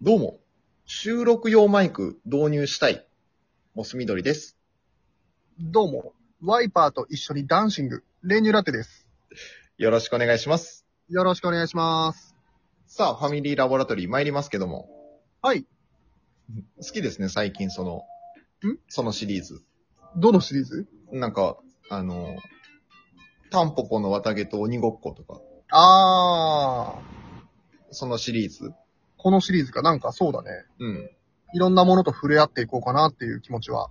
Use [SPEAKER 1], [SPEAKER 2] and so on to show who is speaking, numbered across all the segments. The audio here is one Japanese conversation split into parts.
[SPEAKER 1] どうも、収録用マイク導入したい、モス緑です。
[SPEAKER 2] どうも、ワイパーと一緒にダンシング、練乳ラテです。
[SPEAKER 1] よろしくお願いします。
[SPEAKER 2] よろしくお願いします。
[SPEAKER 1] さあ、ファミリーラボラトリー参りますけども、
[SPEAKER 2] はい。
[SPEAKER 1] 好きですね、最近その、
[SPEAKER 2] ん
[SPEAKER 1] そのシリーズ。
[SPEAKER 2] どのシリーズ
[SPEAKER 1] なんか、あの、タンポポの綿毛と鬼ごっことか、
[SPEAKER 2] あー、
[SPEAKER 1] そのシリーズ。
[SPEAKER 2] このシリーズかなんかそうだね。
[SPEAKER 1] うん。
[SPEAKER 2] いろんなものと触れ合っていこうかなっていう気持ちは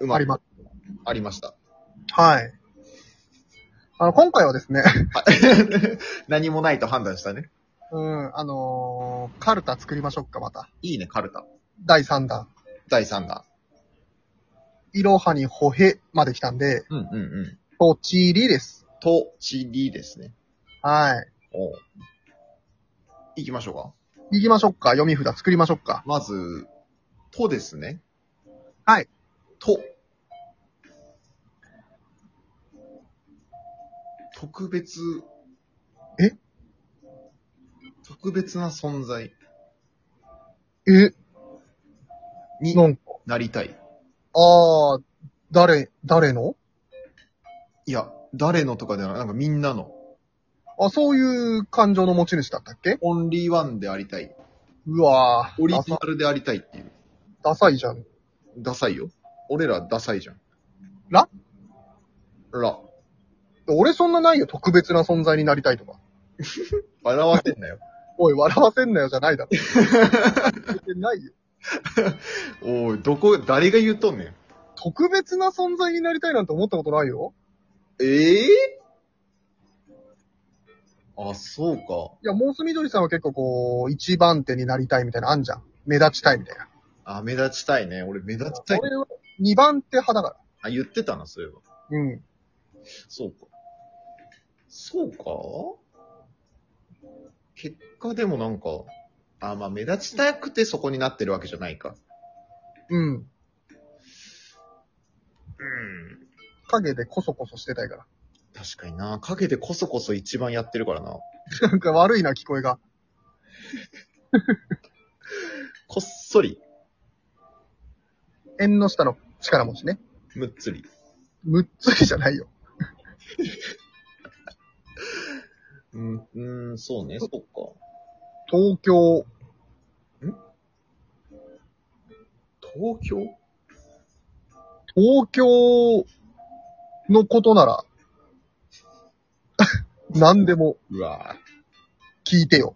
[SPEAKER 1] うま
[SPEAKER 2] あり
[SPEAKER 1] く
[SPEAKER 2] ます。
[SPEAKER 1] ありました。
[SPEAKER 2] はい。あの、今回はですね、
[SPEAKER 1] はい 何もないと判断したね。
[SPEAKER 2] うん、あのー、カルタ作りましょうか、また。
[SPEAKER 1] いいね、カルタ。
[SPEAKER 2] 第3弾。
[SPEAKER 1] 第3弾。
[SPEAKER 2] いろはにほへまで来たんで、
[SPEAKER 1] うんうんうん。
[SPEAKER 2] とちりです。
[SPEAKER 1] と、ちりですね。
[SPEAKER 2] はい。
[SPEAKER 1] おう行きましょうか。
[SPEAKER 2] 行きましょうか、読み札作りましょうか。
[SPEAKER 1] まず、とですね。
[SPEAKER 2] はい。
[SPEAKER 1] と。特別。
[SPEAKER 2] え
[SPEAKER 1] 特別な存在
[SPEAKER 2] え、
[SPEAKER 1] に
[SPEAKER 2] なんか、
[SPEAKER 1] なりたい。
[SPEAKER 2] あー、誰、誰の
[SPEAKER 1] いや、誰のとかではない、なんかみんなの。
[SPEAKER 2] あ、そういう感情の持ち主だったっけ
[SPEAKER 1] オンリーワンでありたい。
[SPEAKER 2] うわ
[SPEAKER 1] オ
[SPEAKER 2] ぁ、
[SPEAKER 1] リ
[SPEAKER 2] ダ
[SPEAKER 1] ジナ
[SPEAKER 2] サ
[SPEAKER 1] ルでありたいっていう。
[SPEAKER 2] ダサいじゃん。
[SPEAKER 1] ダサいよ。俺らダサいじゃん。
[SPEAKER 2] ら
[SPEAKER 1] ら。
[SPEAKER 2] 俺そんなないよ、特別な存在になりたいとか。
[SPEAKER 1] 笑わせんなよ。
[SPEAKER 2] おい、笑わせんなよじゃないだろ。笑わせんないよ。
[SPEAKER 1] おい、どこ、誰が言っとんねん。
[SPEAKER 2] 特別な存在になりたいなんて思ったことないよ。
[SPEAKER 1] ええあ、そうか。
[SPEAKER 2] いや、モースみどりさんは結構こう、一番手になりたいみたいなのあんじゃん。目立ちたいみたいな。
[SPEAKER 1] あ、目立ちたいね。俺目立ちたい。
[SPEAKER 2] 俺は二番手派だか
[SPEAKER 1] あ、言ってたな、そういえば。
[SPEAKER 2] ら。うん。
[SPEAKER 1] そうか。そうか結果でもなんか、あ、まあ目立ちたくてそこになってるわけじゃないか。
[SPEAKER 2] うん。
[SPEAKER 1] うん。
[SPEAKER 2] 影でコソコソしてたいから。
[SPEAKER 1] 確かにな。陰でこそこそ一番やってるからな。
[SPEAKER 2] なんか悪いな、聞こえが。
[SPEAKER 1] こっそり、
[SPEAKER 2] 縁の下の力持ちね。
[SPEAKER 1] むっつり。
[SPEAKER 2] むっつりじゃないよ。
[SPEAKER 1] うん、うん、そうね、そうか。
[SPEAKER 2] 東京、
[SPEAKER 1] 東京
[SPEAKER 2] 東京のことなら、 何でも
[SPEAKER 1] うわぁ
[SPEAKER 2] 聞いてよ。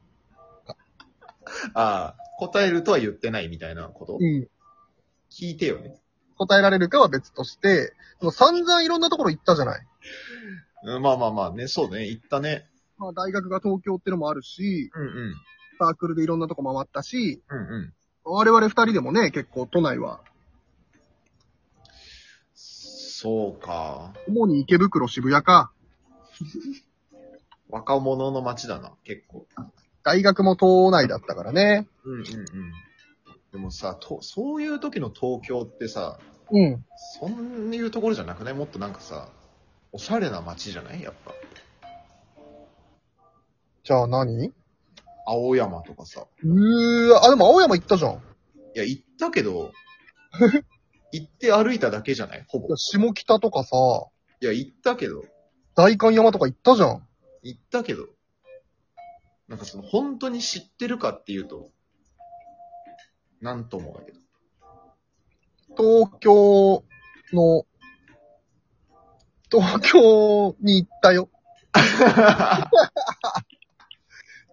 [SPEAKER 1] ああ、答えるとは言ってないみたいなこと、
[SPEAKER 2] うん。
[SPEAKER 1] 聞いてよね。
[SPEAKER 2] 答えられるかは別として、その散々いろんなところ行ったじゃない。
[SPEAKER 1] うん、まあまあまあね、そうね、言ったね。
[SPEAKER 2] まあ大学が東京ってのもあるし、
[SPEAKER 1] うんうん。
[SPEAKER 2] サークルでいろんなとこ回ったし、
[SPEAKER 1] うんうん。
[SPEAKER 2] 我々二人でもね、結構都内は、
[SPEAKER 1] そうか。
[SPEAKER 2] 主に池袋渋谷か、
[SPEAKER 1] 若者の街だな、結構。
[SPEAKER 2] 大学も都内だったからね。
[SPEAKER 1] うんうんうん。でもさ、と、そういう時の東京ってさ、
[SPEAKER 2] うん。
[SPEAKER 1] そんいうところじゃなくないもっとなんかさ、おしゃれな街じゃないやっぱ。
[SPEAKER 2] じゃあ何
[SPEAKER 1] 青山とかさ。
[SPEAKER 2] うーわ、あ、でも青山行ったじゃん。い
[SPEAKER 1] いや、行ったけ ど、行って歩いただけじゃないほぼ
[SPEAKER 2] や。下北とかさ、
[SPEAKER 1] いや、行ったけど、
[SPEAKER 2] 代官山とか行ったじゃん。
[SPEAKER 1] 行ったけど、なんかその、本当に知ってるかっていうと、なんともだけど。
[SPEAKER 2] 東京の、東京に行っ たよ。
[SPEAKER 1] あ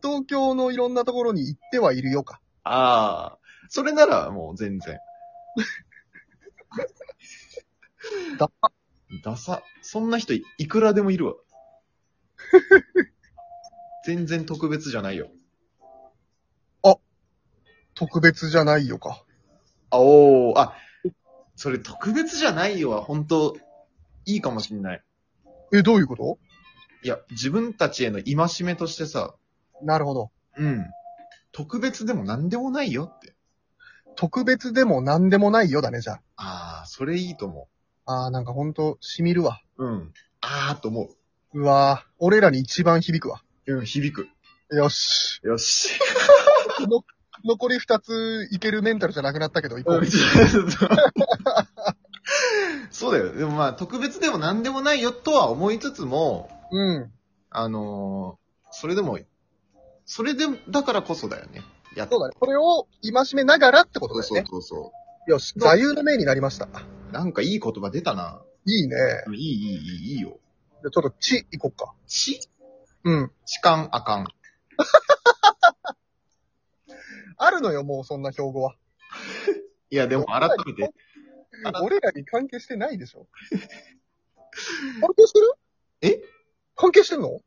[SPEAKER 2] 東京のいろんなところに行ってはいるよか。
[SPEAKER 1] あ、それならもう全然。
[SPEAKER 2] ダ
[SPEAKER 1] ダサ。そんな人いいくらでもいるわ。全然特別じゃないよ。
[SPEAKER 2] 特別じゃないよか。
[SPEAKER 1] あ、おー、あ、それ特別じゃないよは本当いいかもしんない。
[SPEAKER 2] え、どういうこと
[SPEAKER 1] いや、自分たちへの戒めとしてさ、
[SPEAKER 2] なるほど。
[SPEAKER 1] うん。特別でも何でもないよって。
[SPEAKER 2] 特別でも何でもないよだね、じゃ
[SPEAKER 1] ああ、それいいと思
[SPEAKER 2] あ。あー、なんかほんと、染みるわ。
[SPEAKER 1] う。うん。ああ、と思
[SPEAKER 2] うわー、俺らに一番響くわ。
[SPEAKER 1] う。うん、響く。
[SPEAKER 2] よし。
[SPEAKER 1] よし。
[SPEAKER 2] この残り二ついけるメンタルじゃなくなったけど、行こ
[SPEAKER 1] う。
[SPEAKER 2] うん
[SPEAKER 1] そうだよ。でもまあ、特別でも何でもないよとは思いつつも、
[SPEAKER 2] うん。
[SPEAKER 1] あのーそれでも、それで、だからこそだよね。やっ
[SPEAKER 2] そうだね。これを戒めながらってこと
[SPEAKER 1] そう
[SPEAKER 2] だよ
[SPEAKER 1] そう
[SPEAKER 2] ね。
[SPEAKER 1] そうそ
[SPEAKER 2] よし、座右の銘になりました。
[SPEAKER 1] う。なんかいい言葉出たな。
[SPEAKER 2] いいね。
[SPEAKER 1] いい、いい、いい、いいよ。
[SPEAKER 2] じゃあちょっと、ち、行こっか。
[SPEAKER 1] ち、
[SPEAKER 2] うん。
[SPEAKER 1] 痴漢あかん。
[SPEAKER 2] あるのよ、もうそんな標語は。
[SPEAKER 1] いや、でも改めて、あ
[SPEAKER 2] 俺らに関係してないでし ょ。関係してる
[SPEAKER 1] え
[SPEAKER 2] 関係してんの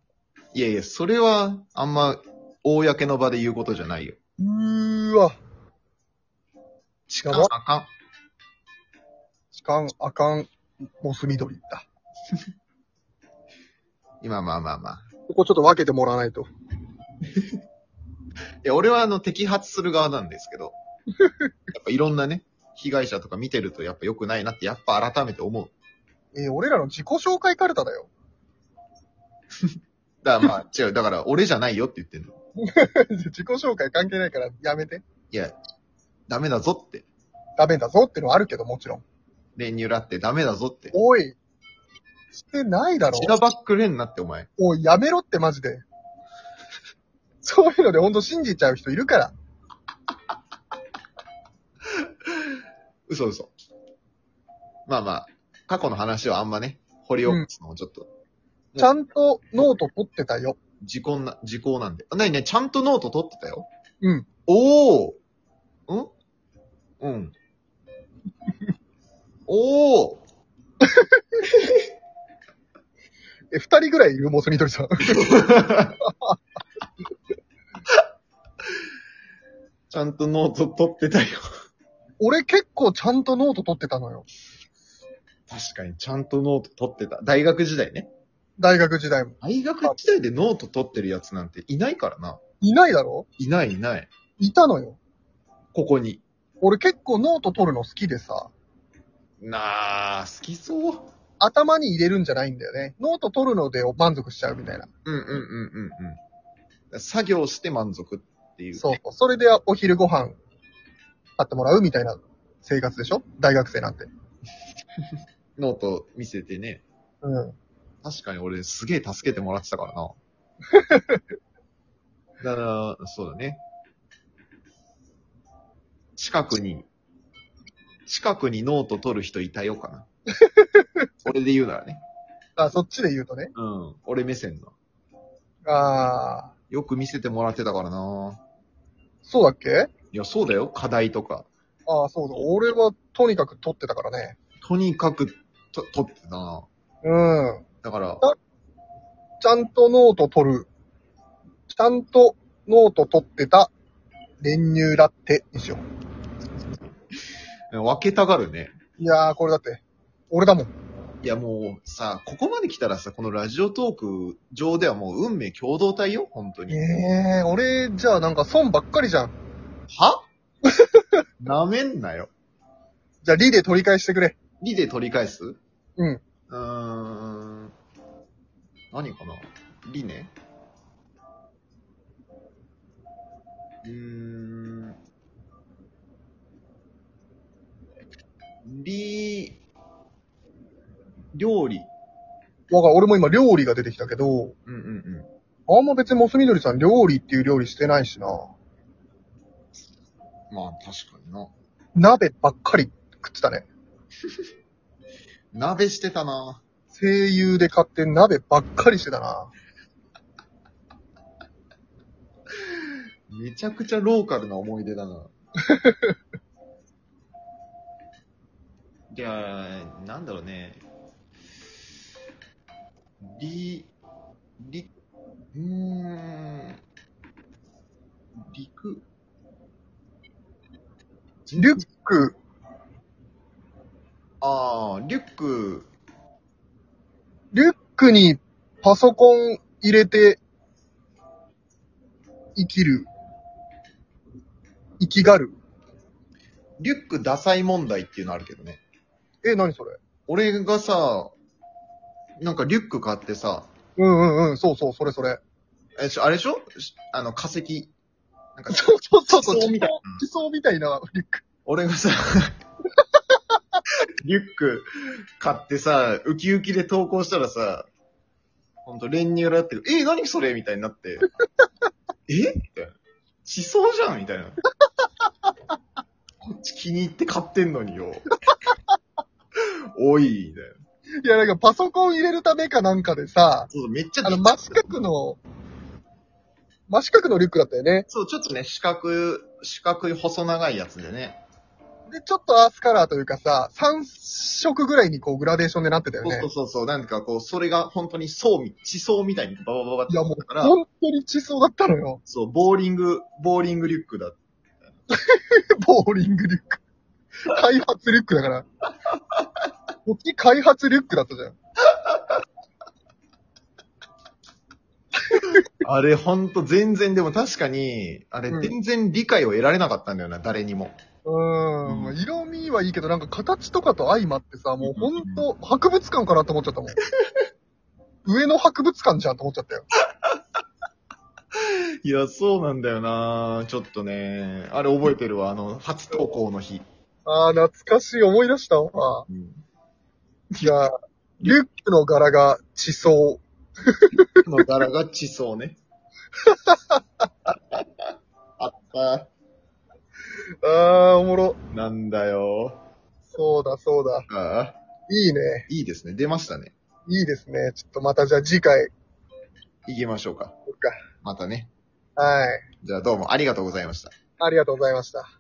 [SPEAKER 1] いやいや、それは、あんま、公の場で言うことじゃないよ。
[SPEAKER 2] うーわ。
[SPEAKER 1] 痴
[SPEAKER 2] や
[SPEAKER 1] 漢
[SPEAKER 2] ば
[SPEAKER 1] あかん。
[SPEAKER 2] 痴漢、あかん、モス緑だ。
[SPEAKER 1] 今、まあまあまあ。
[SPEAKER 2] ここちょっと分けてもらわないと。
[SPEAKER 1] いや、俺はあの、摘発する側なんですけ ど、やっぱいろんなね、被害者とか見てるとやっぱ良くないなって、やっぱ改めて思う。
[SPEAKER 2] えー俺らの自己紹介カルタだよ。
[SPEAKER 1] だからまあ、違う、だから俺じゃないよって言ってんの。
[SPEAKER 2] 自己紹介関係ないからやめて。
[SPEAKER 1] いや、ダメだぞって。
[SPEAKER 2] ダメだぞってのはあるけど、もちろん。
[SPEAKER 1] 練乳ラってダメだぞって。
[SPEAKER 2] おい。してないだろ
[SPEAKER 1] シ。ラバックレンなってお前。
[SPEAKER 2] おい、やめろってマジで。そういうのでほんと信じちゃう人いるから。
[SPEAKER 1] 嘘嘘。まあまあ、過去の話はあんまね、掘り起こすのもちょっと、
[SPEAKER 2] ちゃんとノート取ってたよ。
[SPEAKER 1] 時効な、時効なんで。あなにね、ちゃんとノート取ってたよ。
[SPEAKER 2] うん。
[SPEAKER 1] おーん うん。おー
[SPEAKER 2] え、二人ぐらいいるモス緑さん。
[SPEAKER 1] ちゃんとノート取ってたよ。
[SPEAKER 2] 俺結構ちゃんとノート取ってたのよ。
[SPEAKER 1] 確かに、ちゃんとノート取ってた。大学時代ね。
[SPEAKER 2] 大学時代も。
[SPEAKER 1] 大学時代でノート取ってるやつなんていないからな。
[SPEAKER 2] いないだろ
[SPEAKER 1] いないいない。
[SPEAKER 2] いたのよ。
[SPEAKER 1] ここに。
[SPEAKER 2] 俺結構ノート取るの好きでさ、
[SPEAKER 1] なあ、好きそう。
[SPEAKER 2] 頭に入れるんじゃないんだよね。ノート取るので満足しちゃうみたいな。
[SPEAKER 1] うんうんうんうんうん。作業して満足っていう、ね。
[SPEAKER 2] そう。それでお昼ご飯買ってもらうみたいな生活でしょ大学生なんて。
[SPEAKER 1] ノート見せてね。
[SPEAKER 2] うん。
[SPEAKER 1] 確かに俺すげえ助けてもらってたからな。だから、そうだね。近くに、近くにノート取る人いたよかな。俺で言うならね。
[SPEAKER 2] あ、そっちで言うとね。
[SPEAKER 1] うん。俺目線の。
[SPEAKER 2] あー、
[SPEAKER 1] よく見せてもらってたからな。
[SPEAKER 2] そうだっけ
[SPEAKER 1] いや、そうだよ。課題とか。
[SPEAKER 2] あー、そうだ。俺はとにかく取ってたからね。
[SPEAKER 1] とにかく、と、取ってたな。
[SPEAKER 2] うん。
[SPEAKER 1] だから、
[SPEAKER 2] ちゃんとノート取る。ちゃんとノート取ってた練乳ラテにしよう。
[SPEAKER 1] 分けたがるね。
[SPEAKER 2] いやー、これだって、俺だもん。
[SPEAKER 1] いやもうさ、ここまで来たらさ、このラジオトーク上ではもう運命共同体よ、本当に。
[SPEAKER 2] えー、俺、じゃあなんか損ばっかりじゃん。
[SPEAKER 1] はなめんなよ。
[SPEAKER 2] じゃあリで取り返してくれ。
[SPEAKER 1] リで取り返す
[SPEAKER 2] うん。
[SPEAKER 1] うーん。何かなリねうーん。リ、料理。
[SPEAKER 2] わかる、俺も今料理が出てきたけど、
[SPEAKER 1] うんうんうん。
[SPEAKER 2] あんま別にモスみどりさん料理っていう料理してないしな。
[SPEAKER 1] まあ確かにな。
[SPEAKER 2] 鍋ばっかり食ってたね。
[SPEAKER 1] 鍋してたな
[SPEAKER 2] 声優で買って鍋ばっかりしてたな。
[SPEAKER 1] めちゃくちゃローカルな思い出だ な。じゃあ、なんだろうね。り、り、うーん。陸。
[SPEAKER 2] リュック、
[SPEAKER 1] ああ、リュック、
[SPEAKER 2] リュックにパソコン入れて、生きる。生きがる。
[SPEAKER 1] リュックダサい問題っていうのあるけどね。
[SPEAKER 2] え、何それ
[SPEAKER 1] 俺がさ、なんかリュック買ってさ、
[SPEAKER 2] うんうんうん、そうそう、それそれ。
[SPEAKER 1] えしあれでしょしあの、化石。なんか、
[SPEAKER 2] そうそうそうそう。
[SPEAKER 1] 思想みたい
[SPEAKER 2] 地層みたいなリュック。
[SPEAKER 1] 俺がさ、 リュック買ってさ、ウキウキで投稿したらさ、ほんと練乳ラってる。え、何それみたいになって。えみたいな。地層じゃんみたいな。こっち気に入って買ってんのによ。おい、みたいな。
[SPEAKER 2] いや、なんかパソコン入れるためかなんかでさ、
[SPEAKER 1] そう、めっちゃ
[SPEAKER 2] あの、真四角の、真四角のリュックだったよね。
[SPEAKER 1] そう、ちょっとね、四角、四角い細長いやつでね。
[SPEAKER 2] で、ちょっとアースカラーというかさ、3色ぐらいにこうグラデーションでなってたよ
[SPEAKER 1] そう
[SPEAKER 2] ね
[SPEAKER 1] そう。そうそう、なんかこう、それが本当に層み、地層みたいにババババって
[SPEAKER 2] いや、もう
[SPEAKER 1] だから、
[SPEAKER 2] 本当に地層だったのよ。
[SPEAKER 1] そう、ボーリング、ボーリングリュックだ。
[SPEAKER 2] ボーリングリュック。開発リュックだから。時開発リュックだったじゃん。
[SPEAKER 1] あれほんと全然、でも確かに、あれ
[SPEAKER 2] うん
[SPEAKER 1] 全然理解を得られなかったんだよな、誰にも。
[SPEAKER 2] う
[SPEAKER 1] う
[SPEAKER 2] ー
[SPEAKER 1] ん
[SPEAKER 2] ん。色味はいいけど、なんか形とかと相まってさ、もうほんと博物館かなって思っちゃったもん。上の博物館じゃんと思っちゃったよ。
[SPEAKER 1] いや、そうなんだよなちょっとね、あれ覚えてるわ、あの、初投稿の日。
[SPEAKER 2] あー、懐かしい。思い出したわ。
[SPEAKER 1] うん。
[SPEAKER 2] じゃあ、リュックの柄が地層。
[SPEAKER 1] の柄が地層ね。 あった。
[SPEAKER 2] あー、おもろ。
[SPEAKER 1] なんだよ。
[SPEAKER 2] そうだ、そうだ。
[SPEAKER 1] ああ、
[SPEAKER 2] いいね。
[SPEAKER 1] いいですね。出ましたね。
[SPEAKER 2] いいですね。ちょっとまたじゃあ次回、
[SPEAKER 1] 行きましょうか。
[SPEAKER 2] 行くか。
[SPEAKER 1] またね。
[SPEAKER 2] はい。
[SPEAKER 1] じゃあどうもありがとうございました。
[SPEAKER 2] ありがとうございました。